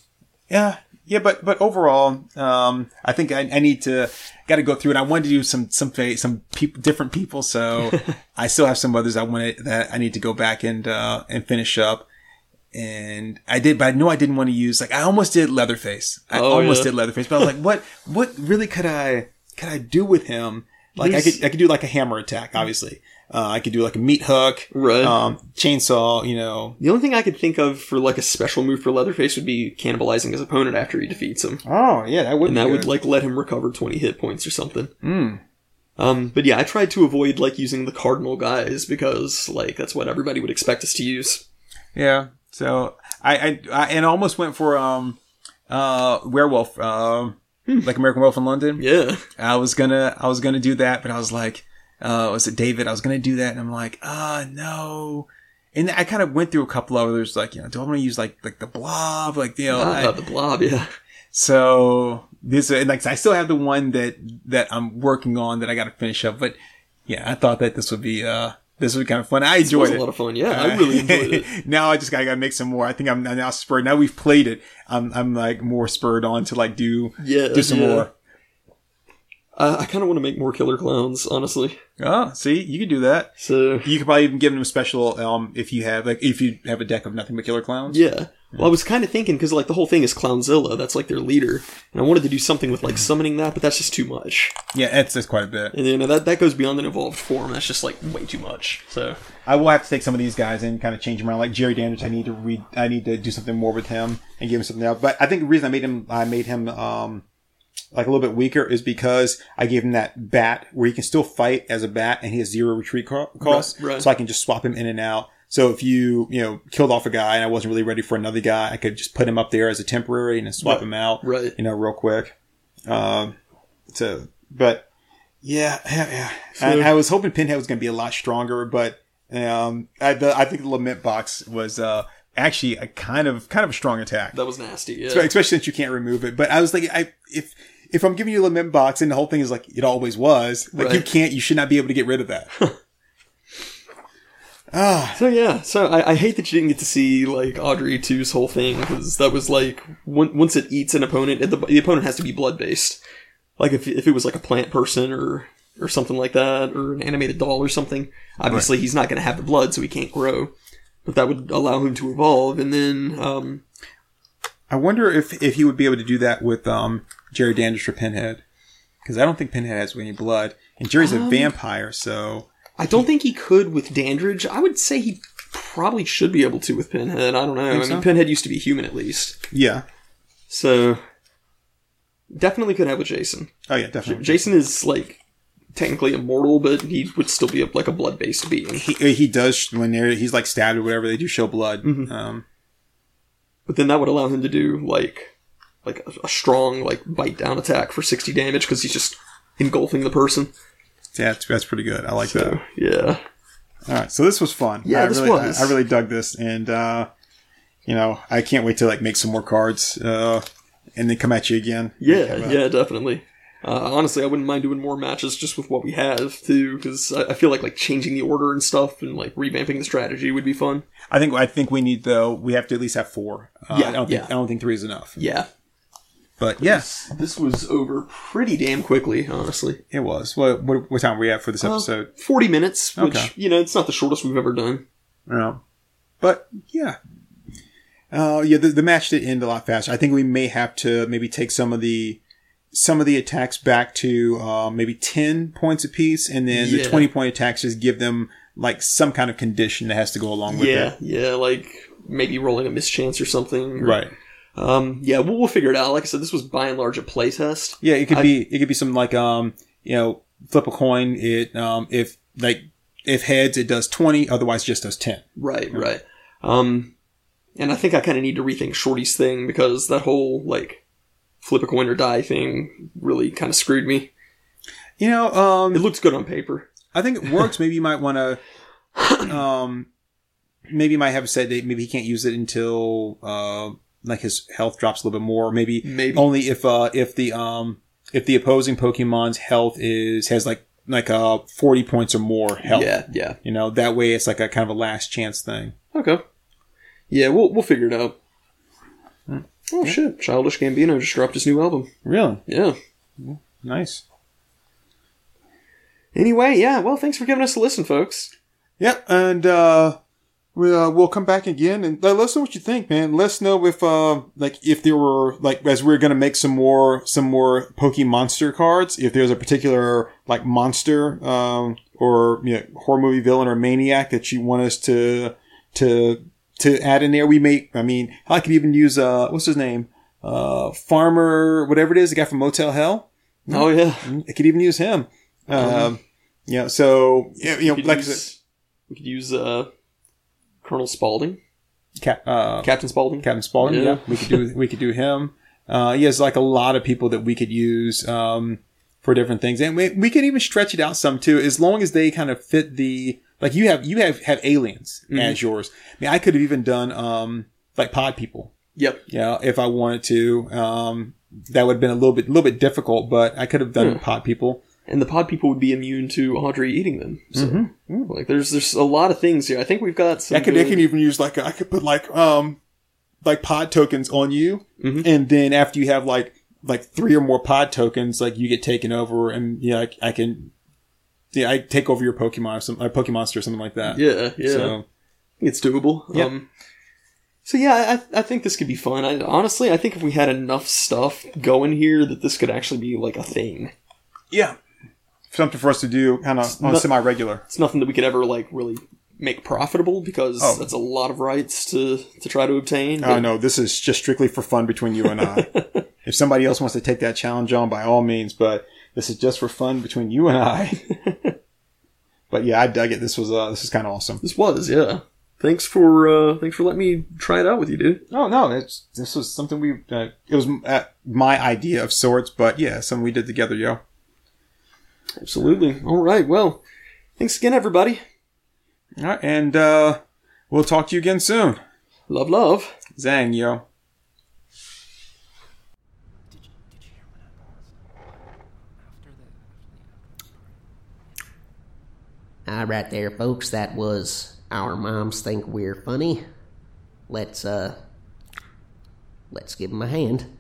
yeah, yeah, but, but overall, um, I think I, I need to, gotta go through it. I wanted to do some, some, fa- some peop different people. So I still have some others I wanted that I need to go back and, uh, and finish up. And I did, but I know I didn't want to use, like, I almost did Leatherface. I Oh, almost yeah. did Leatherface, but I was like, what, what really could I, could I do with him? Like, I could, I could do like a hammer attack, obviously. Uh, I could do like a meat hook, Right. Uh, um, chainsaw, you know. The only thing I could think of for like a special move for Leatherface would be cannibalizing his opponent after he defeats him, Oh, yeah, that would and be that would good. like let him recover twenty hit points or something. Hmm. Um, but yeah, I tried to avoid like using the cardinal guys because like that's what everybody would expect us to use. Yeah. So I, I, I and I almost went for um uh werewolf um like American Werewolf in London. Yeah, I was gonna I was gonna do that, but I was like, uh, was it David? I was gonna do that, and I'm like, ah, no. And I kind of went through a couple others, like you know, do I want to use like like the blob, like you know, Ah, I- the blob. Yeah, so this and like I still have the one that that I'm working on that I got to finish up, but yeah, I thought that this would be uh this would be kind of fun. I it enjoyed was it. a lot of fun. Yeah, I really enjoyed it. now I just gotta, gotta make some more. I think I'm now spurred. Now we've played it. I'm I'm like more spurred on to like do Yeah, do some yeah. more. I, I kind of want to make more killer clowns, honestly. Oh, see, you can do that. So You could probably even give them a special um if you have like if you have a deck of nothing but killer clowns. Yeah. Well, I was kind of thinking because like the whole thing is Clownzilla. That's like their leader, and I wanted to do something with like summoning that, but that's just too much. Yeah, that's that's quite a bit. And then that that goes beyond an evolved form. That's just like way too much. So I will have to take some of these guys and kind of change them around. Like Jerry Dandridge, I need to read. I need to do something more with him and give him something else. But I think the reason I made him I made him um like a little bit weaker is because I gave him that bat where he can still fight as a bat and he has zero retreat co- cost. Right, right. So I can just swap him in and out. So if you, you know, killed off a guy and I wasn't really ready for another guy, I could just put him up there as a temporary and then swap Right, him out, right. you know, real quick. Um, so, but yeah, yeah, yeah. And I was hoping Pinhead was going to be a lot stronger, but, um, I, the, I think the Lament box was, uh, actually a kind of, kind of a strong attack. That was nasty. Yeah. Espe- especially since you can't remove it. But I was like, I if if I'm giving you a lament box and the whole thing is like it always was, like you Right. can't, you should not be able to get rid of that. Ah, So yeah, so I, I hate that you didn't get to see like Audrey 2's whole thing because that was like on- once it eats an opponent, it, the, the opponent has to be blood based. Like if if it was like a plant person or or something like that, or an animated doll or something, obviously he's not going to have the blood, so he can't grow. But that would allow him to evolve, and then um, I wonder if if he would be able to do that with um Jerry Dandridge or Pinhead, because I don't think Pinhead has any blood, and Jerry's a vampire, so I don't think he could with Dandridge. I would say he probably should be able to with Pinhead. I don't know. I mean, so? Pinhead used to be human at least, yeah. so definitely could have with Jason. Oh yeah, definitely. Jason is like technically immortal, but he would still be a, like a blood based being. he, he does when they're, he's like stabbed or whatever. They do show blood. Mm-hmm. Um, But then that would allow him to do like like a, a strong like bite down attack for sixty damage because he's just engulfing the person. yeah, that's, that's pretty good. I like that. So yeah, All right, so this was fun. Yeah, I this really, was. I, I really dug this, and uh, you know, I can't wait to like make some more cards, uh, and then come at you again. yeah, Okay, but- yeah, definitely. Uh, honestly, I wouldn't mind doing more matches just with what we have too, because I, I feel like like changing the order and stuff and like revamping the strategy would be fun. I think I think we need though. We have to at least have four. Uh, Yeah, I don't yeah. think I don't think three is enough. Yeah, But yeah, this was over pretty damn quickly, honestly. it was. What what, what time were we at for Um, this episode? Forty minutes, which Okay. you know, it's not the shortest we've ever done. No, Um, but yeah. Uh, yeah, the, the match did end a lot faster. I think we may have to maybe take some of the some of the attacks back to uh, maybe ten points apiece, and then Yeah. the twenty point attacks just give them like some kind of condition that has to go along with yeah, it. yeah, like maybe rolling a mischance or something. Right. Um, yeah, we'll, we'll figure it out. Like I said, this was by and large a playtest. Yeah, it could I- be it could be something like um you know flip a coin. It um if like if heads it does twenty, otherwise it just does ten. Right, right. Um, and I think I kind of need to rethink Shorty's thing because that whole, like, flip a coin or die thing really kind of screwed me. You know um It looked good on paper. I think it works. maybe you might want to, um, maybe you might have said that maybe he can't use it until uh, like his health drops a little bit more. Maybe, Maybe. only if uh, if the um if the opposing Pokemon's health is has like like uh forty points or more health. Yeah, yeah. You know that way it's like a kind of a last chance thing. Okay. Yeah, we'll, we'll figure it out. Hmm. Oh, shit. Childish Gambino just dropped his new album. Really Yeah. nice. Anyway, yeah, well, thanks for giving us a listen, folks. Yep, and uh, we uh, we'll come back again and let let us know what you think, man. Let us know if uh, like if there were like as we are gonna make some more some more Poke Monster cards. If there's a particular like monster um, or you know, horror movie villain or maniac that you want us to to to add in there, we make. I mean, I could even use uh, what's his name, uh, Farmer, whatever it is, the guy from Motel Hell. Mm, Oh, yeah. I could even use him. Um, yeah, so yeah, you know, Uh-huh. could like I use- said, we could use uh, Colonel Spaulding, Cap, uh, Captain Spaulding. Captain Spaulding. Yeah. Yeah. we could do we could do him. Uh, he has like a lot of people that we could use um, for different things, and we, we could even stretch it out some too, as long as they kind of fit the like you have you have have aliens as yours. I mean, I could have even done um, like pod people, yep. you know, if I wanted to. Um, that would have been a little bit a little bit difficult, but I could have done pod people. And the pod people would be immune to Audrey eating them. So, like, there's there's a lot of things here. I think we've got some. I could, I good- can even use like I could put like um like pod tokens on you, Mm-hmm. and then after you have like like three or more pod tokens, like you get taken over, and yeah, I, I can yeah I take over your Pokemon or some uh, Pokemonster or something like that. yeah, yeah. So I think it's doable. Um, so yeah, I, I think this could be fun. I, honestly, I think if we had enough stuff going here, that this could actually be like a thing. yeah, something for us to do kind of on not- semi regular. It's nothing that we could ever like really make profitable because that's a lot of rights to to try to obtain. Oh but- no, this is just strictly for fun between you and I. If somebody else wants to take that challenge on, by all means, but this is just for fun between you and I. but yeah, I dug it. This was uh, this is kind of awesome. This was, yeah. Thanks for uh, thanks for letting me try it out with you, dude. Oh no, it's, this was something we uh, it was uh, my idea of sorts, but yeah, something we did together, yo. Absolutely. All right. Well, thanks again, everybody. All right, and uh, we'll talk to you again soon. Love, love. Zang, yo. All Ah, right, there, folks. That was our moms think we're funny. Let's uh, let's give them a hand.